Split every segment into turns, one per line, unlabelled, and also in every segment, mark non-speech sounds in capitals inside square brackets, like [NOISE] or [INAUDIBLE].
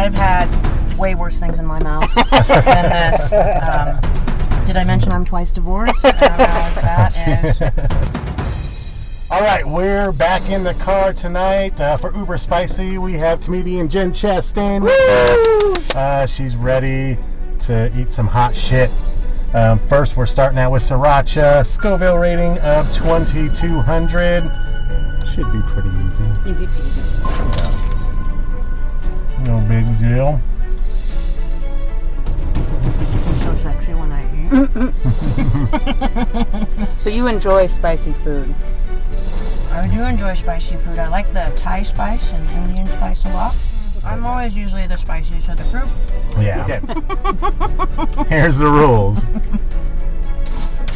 I've had way worse things in my mouth than this. Um, did I mention I'm twice divorced? I don't know what that is.
All right, we're back in the car tonight uh, for Uber Spicy. We have comedian Jen Chastain with us. Uh, she's ready to eat some hot shit. Um, first, we're starting out with sriracha. Scoville rating of 2200. Should be pretty easy.
Easy peasy.
No big deal.
I'm so sexy when I eat. [LAUGHS]
So you enjoy spicy food.
I do enjoy spicy food. I like the Thai spice and Indian spice a lot. I'm always usually the spiciest of the group.
Yeah. [LAUGHS] Here's the rules.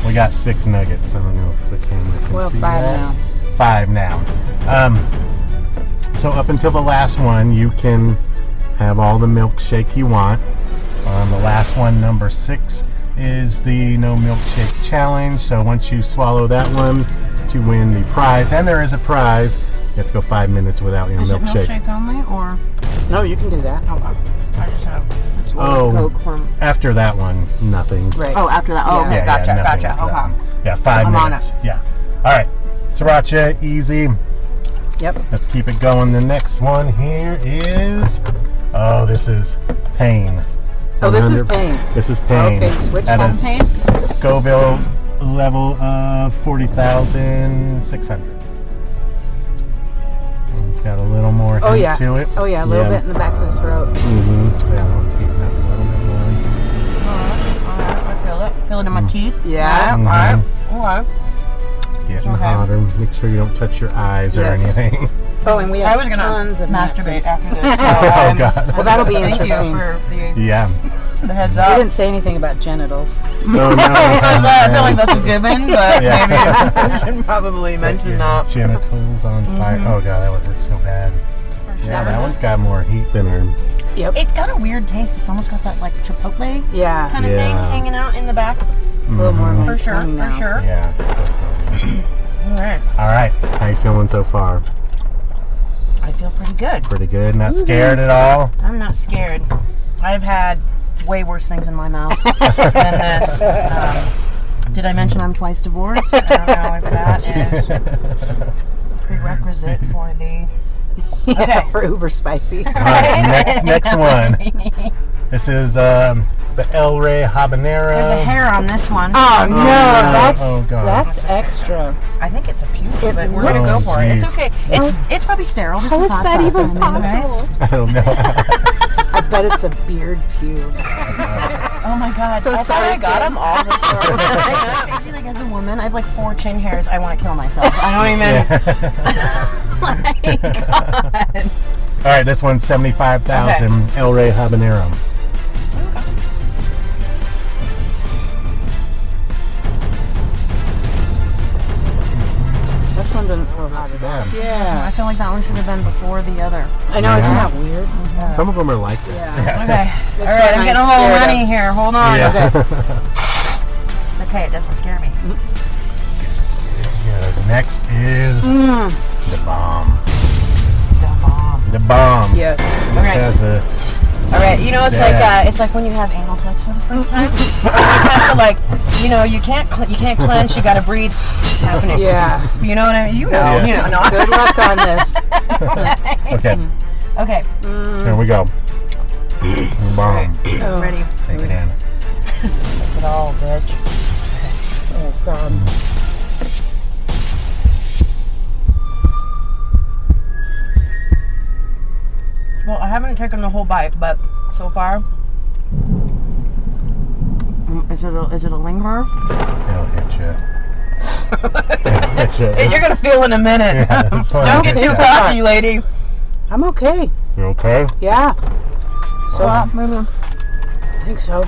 We got six nuggets. I don't know if the camera can
Well,
see
five
that. Five now. Um, so up until the last one, you can have all the milkshake you want. Um, the last one, number six, is the no milkshake challenge. So once you swallow that one, to win the prize, and there is a prize, you have to go five minutes without your
Is
milkshake.
it milkshake only or
No, you can do that.
oh, I- I just have
It's water,
Oh.
Coke from
After that one, nothing.
right.
Oh, after that. Oh,
Yeah.
okay,
Yeah,
gotcha,
yeah, nothing
gotcha.
after that.
Okay.
Yeah, 5
I'm on
minutes. Yeah. All right. Sriracha, easy.
yep.
Let's keep it going. The next one here is. Oh, this is pain.
Oh, this is
100
pain.
This is pain.
Okay, switch
At
on
a
pain.
Scoville level of 40,600. It's got a little more
Oh
heat
yeah.
to it.
Oh yeah, a little bit in the back of the throat.
Mm-hmm. Yeah, let's keep that a little bit more.
Alright, I feel it. Feel it in my teeth.
Yeah.
Alright. Alright.
Getting
Okay.
hotter. Make sure you don't touch your eyes
Yes.
or anything. [LAUGHS]
Oh, and we have
I was gonna
tons of
masturbate
napkins.
after this. So,
oh,
um,
God.
Well, that'll be
Thank you
interesting.
for the, [LAUGHS]
Yeah. Oh,
the heads
We
up.
didn't say anything about genitals.
No, no.
I feel like that's a given, but
[LAUGHS] Yeah.
maybe we should probably mention
Your
that. Mm-hmm.
Genitals on fire. Oh god, that would hurt so bad. Yeah, that one's got more heat than her.
It's got a weird taste. It's almost got that like chipotle kind
Yeah.
of thing
Yeah.
hanging out in the back.
A little more.
For sure,
Mm,
for sure.
Yeah.
All right.
All right. How you feeling so far?
I feel pretty good.
Pretty good.
Mm-hmm.
Not scared at all.
[LAUGHS] I'm not scared. I've had way worse things in my mouth than this. Um, did I mention I'm twice divorced? I don't know if that is prerequisite for the. Okay.
[LAUGHS] For
[LAUGHS]
uber spicy. Oh,
All right. next, next one. This is um, the El Rey Habanero.
There's a hair on this one.
Oh no, that's
oh, God.
that's extra.
I think it's a puke,
It
but we're gonna go
was.
for it. It's
Jeez.
okay. It's it's probably sterile. This
How
is
is
hot
that
sauce,
even
I mean, right?
possible?
[LAUGHS] I don't know.
I bet it's a beard pube.
Oh my god!
So
I thought
sorry,
I got
Jane.
them all before. I feel like as a woman, I have like four chin hairs. I want to kill myself. I don't even. [LAUGHS] Oh
All right, this one's seventy-five thousand. El Rey Habanero.
That one doesn't feel hot at all.
Yeah.
Yeah.
I feel like that one should have been before the other.
I know, isn't that weird?
Some of them are like that.
Yeah.
Okay. All
why
right, I'm
I'm
getting a little
scared of-
runny here. Hold on.
Yeah. [LAUGHS]
It's okay. It doesn't scare me.
Good. Next is
Hmm.
the bomb.
Da bomb.
The bomb.
Yes.
This
Alright.
has a
All right. You know, it's
Yeah.
like uh, it's like when you have anal sex for the first [LAUGHS] time. you have to like, you know, you can't cl- you can't clench. You got to breathe. It's happening.
Yeah.
You know what I mean? You know.
Yeah.
You know. No.
Good luck on this.
Okay,
hmm. Okay.
here we go. Bomb.
Ready.
Take it in.
Take it all, bitch.
Oh God.
Well, I haven't taken the whole bite, but so far. Mm, Is it a, is it a lingerer?
It'll hit you. It'll hit
[LAUGHS]
you.
You're gonna feel in a minute.
That's
[LAUGHS]
what
Don't
it
get
is.
too cocky, lady.
I'm okay.
You okay?
Yeah. So
Maybe.
I think so.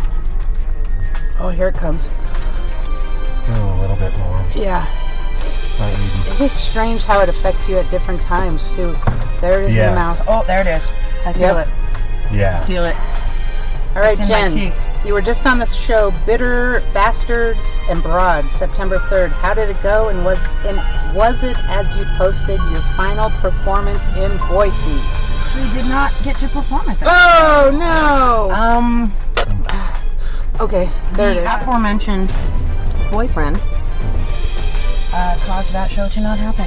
Oh, here it comes.
Give it Oh, a little bit more.
Yeah.
Not even-
It is strange how it affects you at different times too. There it is
Yeah.
in the mouth.
Oh, there it is. I feel
Yep.
it. [LAUGHS]
Yeah.
Feel it.
All right,
It's in my
Jen.
teeth.
You were just on the show Bitter Bastards and Broads, September 3rd. How did it go and was and was it as you posted your final performance in Boise?
We did not get to perform at that.
Oh no.
Um,
Okay, there it
the
is.
aforementioned boyfriend uh, caused that show to not happen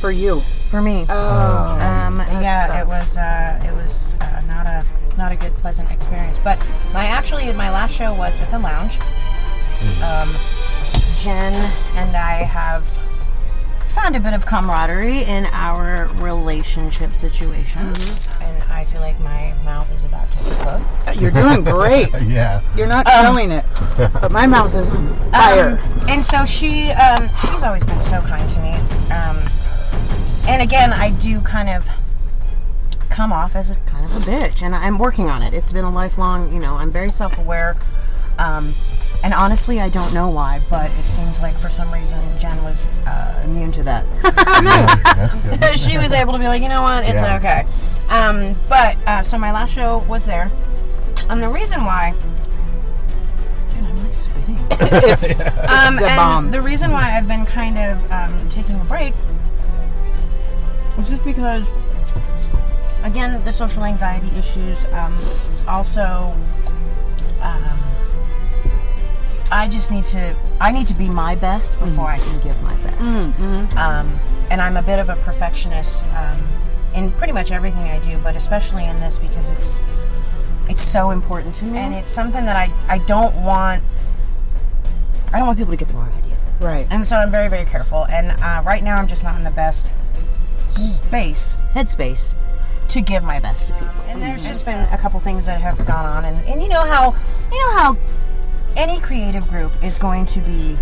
For you.
for me.
Oh.
Um, yeah, it
sucks.
was uh, it was uh, not a not a good pleasant experience. But my actually my last show was at the lounge. Um, Jen and I have found a bit of camaraderie in our relationship situation, and I feel like my mouth is about to explode.
You're doing great.
[LAUGHS]
Yeah.
You're not showing it. But my mouth is on fire.
and so she um, she's always been so kind to me um, and again i do kind of come off as a kind of a bitch and i'm working on it it's been a lifelong you know i'm very self-aware um, and honestly i don't know why but it seems like for some reason jen was uh, immune to that [LAUGHS]
That's good.
she was able to be like, you know what, it's
Yeah.
okay. Um, but uh, so my last show was there, and the reason why, dude, I'm like spitting.
[LAUGHS]
um,
the
and
bomb.
the reason why I've been kind of um, taking a break was just because, again, the social anxiety issues. Um, also, um, I just need to. I need to be my best before I can give my best um, and I'm a bit of a perfectionist um, in pretty much everything I do, but especially in this because it's it's so important to me, and it's something that I I don't want I don't want people to get the wrong idea,
Right.
and so I'm very very careful. And uh, right now I'm just not in the best space headspace to give my best to people. And there's just been a couple things that have gone on, and, and you know how you know how any creative group is going to be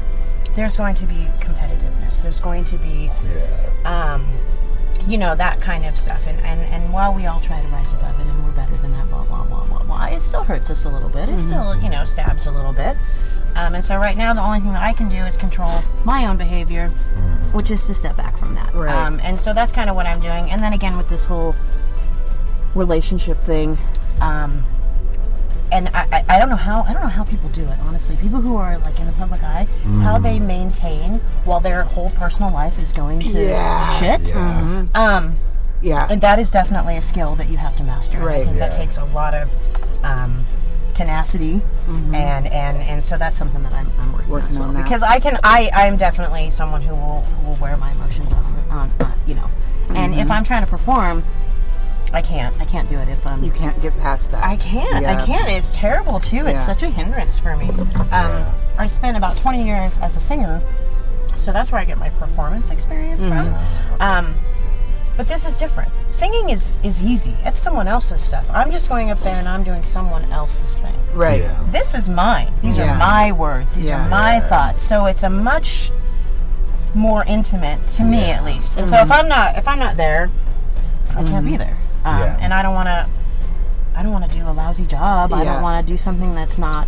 there's going to be competitiveness. There's going to be
Yeah.
um, you know that kind of stuff and, and and while we all try to rise above it and we're better than that blah blah blah blah blah it still hurts us a little bit it
Mm-hmm.
still you know stabs a little bit um, and so right now the only thing that i can do is control my own behavior which is to step back from that
Mm-hmm. Right.
um, and so that's kind of what i'm doing and then again with this whole relationship thing um, and I, I, I don't know how I don't know how people do it honestly. People who are like in the public eye,
Mm.
how they maintain while their whole personal life is going to
Yeah.
shit. Um,
Yeah.
and that is definitely a skill that you have to master. I
Right.
think that takes a lot of um, tenacity, and, and and so that's something that I'm, I'm working, on,
Mm-hmm. Working
as well.
on that.
because I can I I'm definitely someone who will who will wear my emotions on on uh, you know, and
Mm-hmm.
if I'm trying to perform, I can't I can't do it if I'm
You can't get past that.
I can't. I
Yeah.
can't. It's terrible too. It's
Yeah.
such a hindrance for me. Um, I spent about 20 years as a singer, so that's where I get my performance experience
Mm-hmm.
from. Um, but this is different. Singing is is easy. It's someone else's stuff. I'm just going up there and I'm doing someone else's thing.
right.
Yeah.
This is mine. These
Yeah.
are my words. These
Yeah.
are my thoughts. So it's a much more intimate to me, at least. And
Mm-hmm.
so if I'm not if I'm not there, I can't be there. Um,
Yeah.
And I don't want to. I don't want to do a lousy job. I
Yeah.
don't want to do something that's not.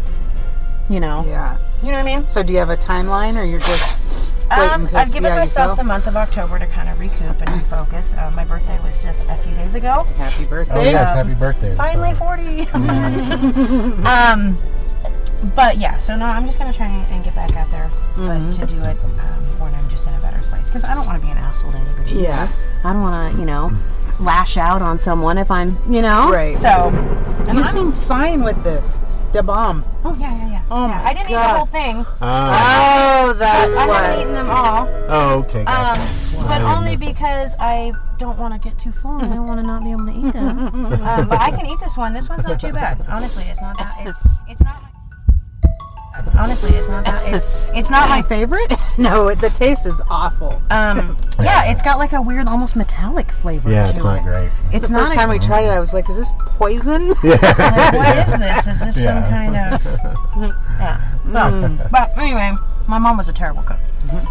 You know.
Yeah.
You know what I mean?
So do you have a timeline or you're just waiting
Um,
to
I've
see
given
how
myself the
you go?
month of October to kind of recoup
[CLEARS THROAT]
and refocus. Uh, my birthday was just a few days ago.
Happy birthday.
Oh yes,
um,
happy birthday.
Finally,
So-
[LAUGHS]
40. um, but yeah, so no, I'm just gonna try and get back out there, but
Mm-hmm.
to do it um, when I'm just in a better space, because I don't want to be an asshole to anybody.
Yeah.
I don't want to, you know, lash out on someone if I'm, you know,
Right.
So, and
You
I'm-
seem fine with this. Da bomb.
oh yeah, yeah, yeah.
Oh
yeah.
my
I didn't eat
God.
the whole thing.
Ah.
Oh, that's
I haven't eaten them all,
oh, okay.
um,
Gotcha.
but only because I don't want to get too full and I don't want to not be able to eat them.
[LAUGHS]
um, but I can eat this one. This one's not too bad. Honestly, it's not that. It's it's not. Honestly, it's not that. It's it's not my favorite. [LAUGHS]
No, the taste is awful.
Um, yeah, it's got like a weird, almost metallic flavor.
yeah,
to
it's not
it. [LAUGHS]
great.
It's
the
not
first
a-
time we tried it, I was like, "Is this poison?"
Like, what is this? Is this some
Yeah. Mm.
kind of
[LAUGHS] Mm-hmm.
yeah? No. But anyway, my mom was a terrible cook.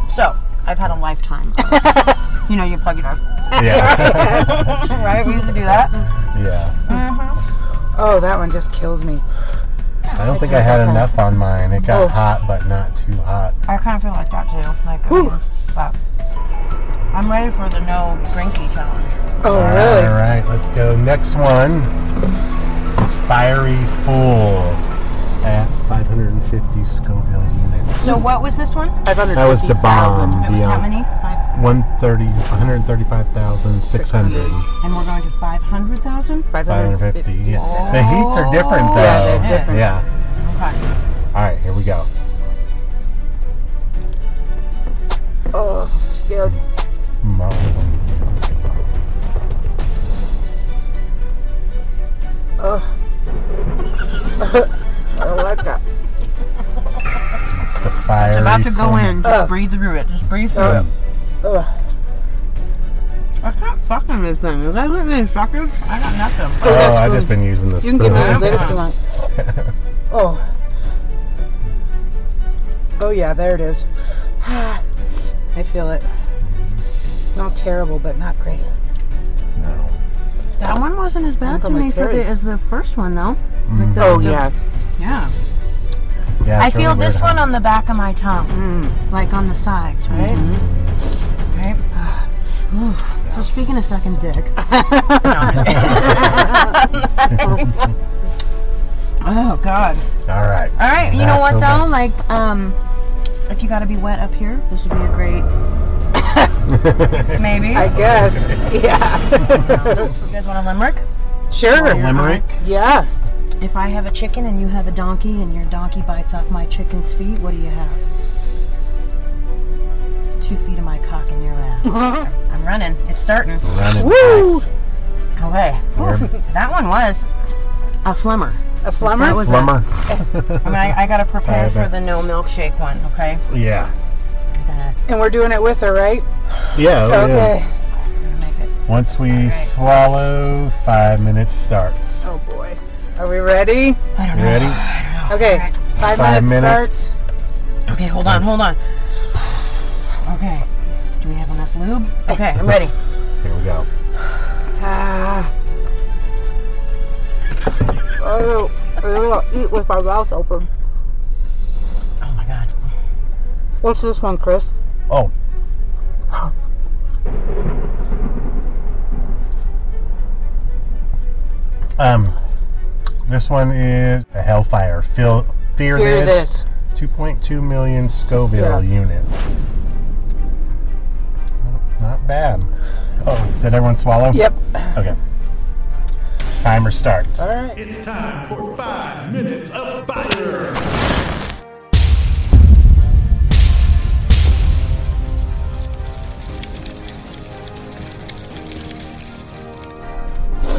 So I've had a lifetime. Of,
[LAUGHS]
you know, you plug it in,
Yeah.
right? We used to do that.
yeah.
Oh, that one just kills me.
I don't think I had enough on mine. It
Oh.
got hot, but not too hot.
I kind of feel like that too. Like, I mean, but I'm ready for the no drinky challenge.
Oh,
All right, let's go. Next one is Fiery Fool at 550 Scoville units.
So what was this one?
That was the bomb.
It was how
beyond
many? Five,
130, 135,600.
and we're going to five hundred thousand.
550. Yeah.
Oh.
The heats are different though.
Yeah, they're different.
Yeah.
Okay.
All right, here we go.
Oh, scared.
Mo-
I like that.
It's the fire.
It's about to go in. Oh, Just breathe through it. Just breathe through it.
Ugh.
That's not fucking anything. Is that anything fucking? I got nothing.
Oh, I've just been using this.
You can give me a
spoon.
lid if you want. Oh. Oh yeah, there it is. [SIGHS] I feel it. Not terrible, but not great.
No.
That one wasn't as bad to
Uncle
me for the,
McFerry.
as the first one though. Like the-
[LAUGHS]
the- Yeah.
Yeah,
I
it's really
feel this
weird,
one
huh?
on the back of my tongue, like on the sides, right? Right. Ooh. So speaking of sucking dick, [LAUGHS] No, I'm just kidding. oh god!
All right.
All right, you know
That's
what
over.
though? Like, um, if you got to be wet up here, this would be a great. Maybe
I guess. [LAUGHS] Yeah.
you guys want a limerick?
Sure.
Limerick.
Yeah.
If I have a chicken and you have a donkey, and your donkey bites off my chicken's feet, what do you have? Two feet of my cock in your ass. I'm, I'm running. It's starting.
Running
Woo!
fast.
Okay. That one was a flimmer.
A flummer?
was
Lemma.
I mean, I, I gotta prepare
Okay.
for the no milkshake one. Okay.
Yeah.
I gotta
and we're doing it with her, right?
Yeah. oh, yeah.
okay.
make it.
Once we swallow, five minutes
[SIGHS]
starts.
Oh boy. Are we ready?
I don't
You
know.
ready?
Okay.
right.
Five,
Five minutes.
minutes, starts.
Okay, hold on, hold on. Okay. Do we have enough lube? Okay, I'm ready.
Here we go.
Ah. Oh, I will eat with my mouth open.
Oh my god.
What's this one, Chris?
Oh, um, this one is a Hellfire. Feel, fear,
Fear
this. 2.2 million Scoville units. Not bad. Oh, did everyone swallow?
Yep.
Okay. Timer starts.
All right.
It's time for five minutes of fire.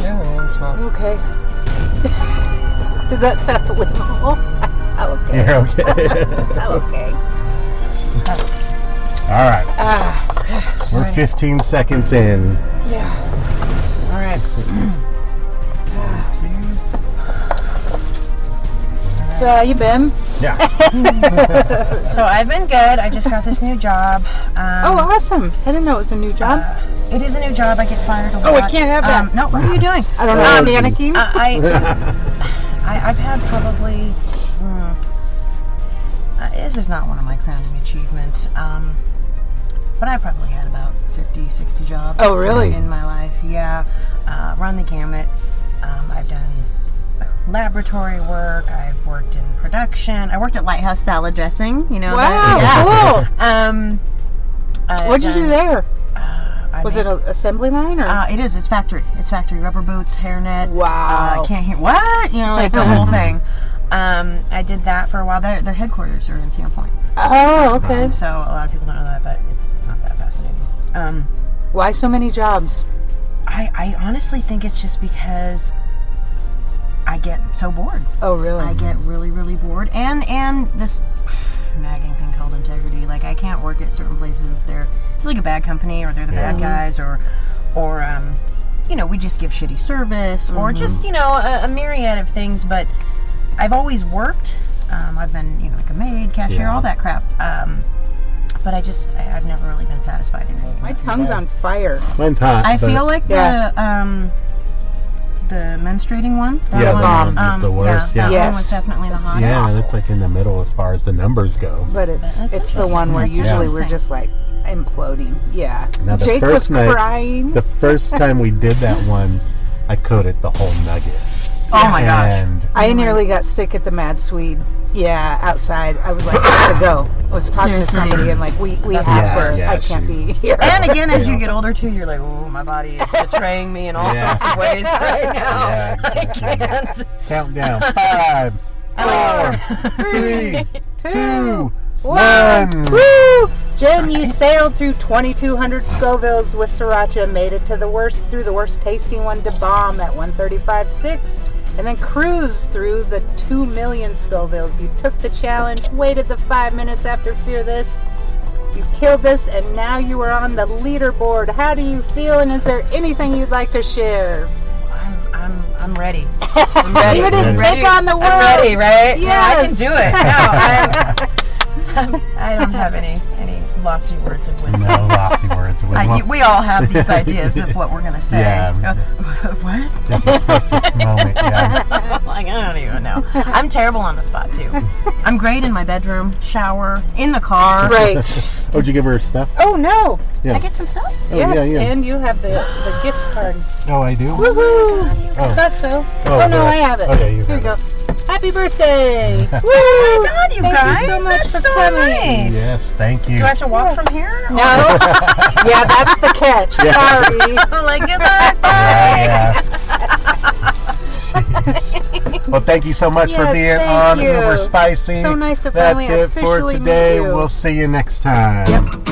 Yeah, it's not-
Okay. [LAUGHS] Did that sound [LAUGHS] believable? okay.
You're okay. [LAUGHS]
Okay.
All right.
Ah,
We're 15 seconds in.
Yeah.
All right.
So how you been?
Yeah.
So I've been good. I just got this new job. Um,
Oh, awesome! I didn't know it was a new job.
It is a new job. I get fired a lot.
Oh, I can't have that.
Um, no, what are you doing?
I don't know. I'm
Oh,
panicking.
Uh, I, I, I've had probably. mm, uh, this is not one of my crowning achievements, um, but I probably had about 50, 60 jobs.
Oh, really?
In my life, yeah. Uh, run the gamut. Um, I've done laboratory work. I've worked in production. I worked at Lighthouse Salad Dressing. You know.
wow,
That, um. I've
cool. What'd you do
done-
there?
uh, I
Was it an assembly line or?
Uh, it is. It's factory. It's factory rubber boots, hairnet.
Wow.
Uh, can't hear what you know, like the whole thing. Um, I did that for a while. Their, their headquarters are in Sandpoint,
oh, okay.
so a lot of people don't know that, but it's not that fascinating. Um,
Why so many jobs?
I, I honestly think it's just because I get so bored.
Oh, really?
I get really, really bored, and and this nagging thing called integrity. Like I can't work at certain places if they're it's like a bad company or they're the bad
Mm-hmm.
guys or or um, you know we just give shitty service
Mm-hmm.
or just you know a, a myriad of things. But I've always worked. Um, I've been you know like a maid, cashier, all that crap. Um, but I just I, I've never really been satisfied in it.
My tongue's on fire.
Mine's hot.
I
but-
feel like
Yeah.
the um, the menstruating one. That
Yeah,
one, um,
that one is the worst,
that
yeah.
one was
Yes.
definitely the hottest.
Yeah, that's like in the middle as far as the numbers go.
But it's
That's
it's the
interesting.
one where
That's
usually we're
interesting.
just like imploding. Yeah.
Now, the
Jake
first
was
night-
crying.
The first time we did that one, I coated the whole nugget.
Oh my gosh.
and
I nearly got sick at the Mad Swede. Yeah, outside. I was like, I gotta go. I was talking
Seriously.
to somebody and like, we, we have
yeah,
to.
yeah,
I can't
she-
be here.
And again, as you get older too, you're like, oh, my body is betraying me in all
Yeah.
sorts of ways right now.
Yeah,
I
exactly.
can't.
uh, countdown five, four, three, two, one.
[LAUGHS] Woo! Jen, you sailed through 2,200 Scovilles with sriracha, made it to the worst through the worst tasting one to bomb at 135.6, and then cruised through the 2 million Scovilles. You took the challenge, waited the five minutes after Fear This. You killed this, and now you are on the leaderboard. How do you feel, and is there anything you'd like to share?
I'm, I'm, I'm ready. I'm ready.
You
I'm
didn't take
ready.
on the world.
I'm ready, right? Yeah, I
Yes.
can do it. No, I'm, I'm, [LAUGHS] I don't have any any lofty words of wisdom.
No lofty words. It was
[LAUGHS] I-
one-
we all have these ideas of what we're gonna say.
Yeah.
Uh, [LAUGHS] what?
moment, yeah. [LAUGHS]
Like I don't even know. I'm terrible on the spot too. I'm great in my bedroom, shower, in the car.
Right.
What'd you give her stuff?
Oh no.
I get some stuff.
Oh,
yes,
yeah, yeah.
and you have the, the gift card.
oh, I do.
Woohoo! I thought so. Oh, no,
the-
I have it.
okay, you
Here we go.
have [LAUGHS]
Happy birthday! Woo!
Oh my God, you
Thank
guys,
you so much
that's
for
so
coming.
nice.
Yes, thank you.
Do I have to walk from here?
No. [LAUGHS] yeah, that's the catch. Sorry.
Oh, like good luck. Bye.
Yeah. well, thank you so much for
Yes,
being
thank
on
you.
Uber Spicy.
So nice to
That's
finally
it for
officially meet
today.
you.
We'll see you next time.
Yep.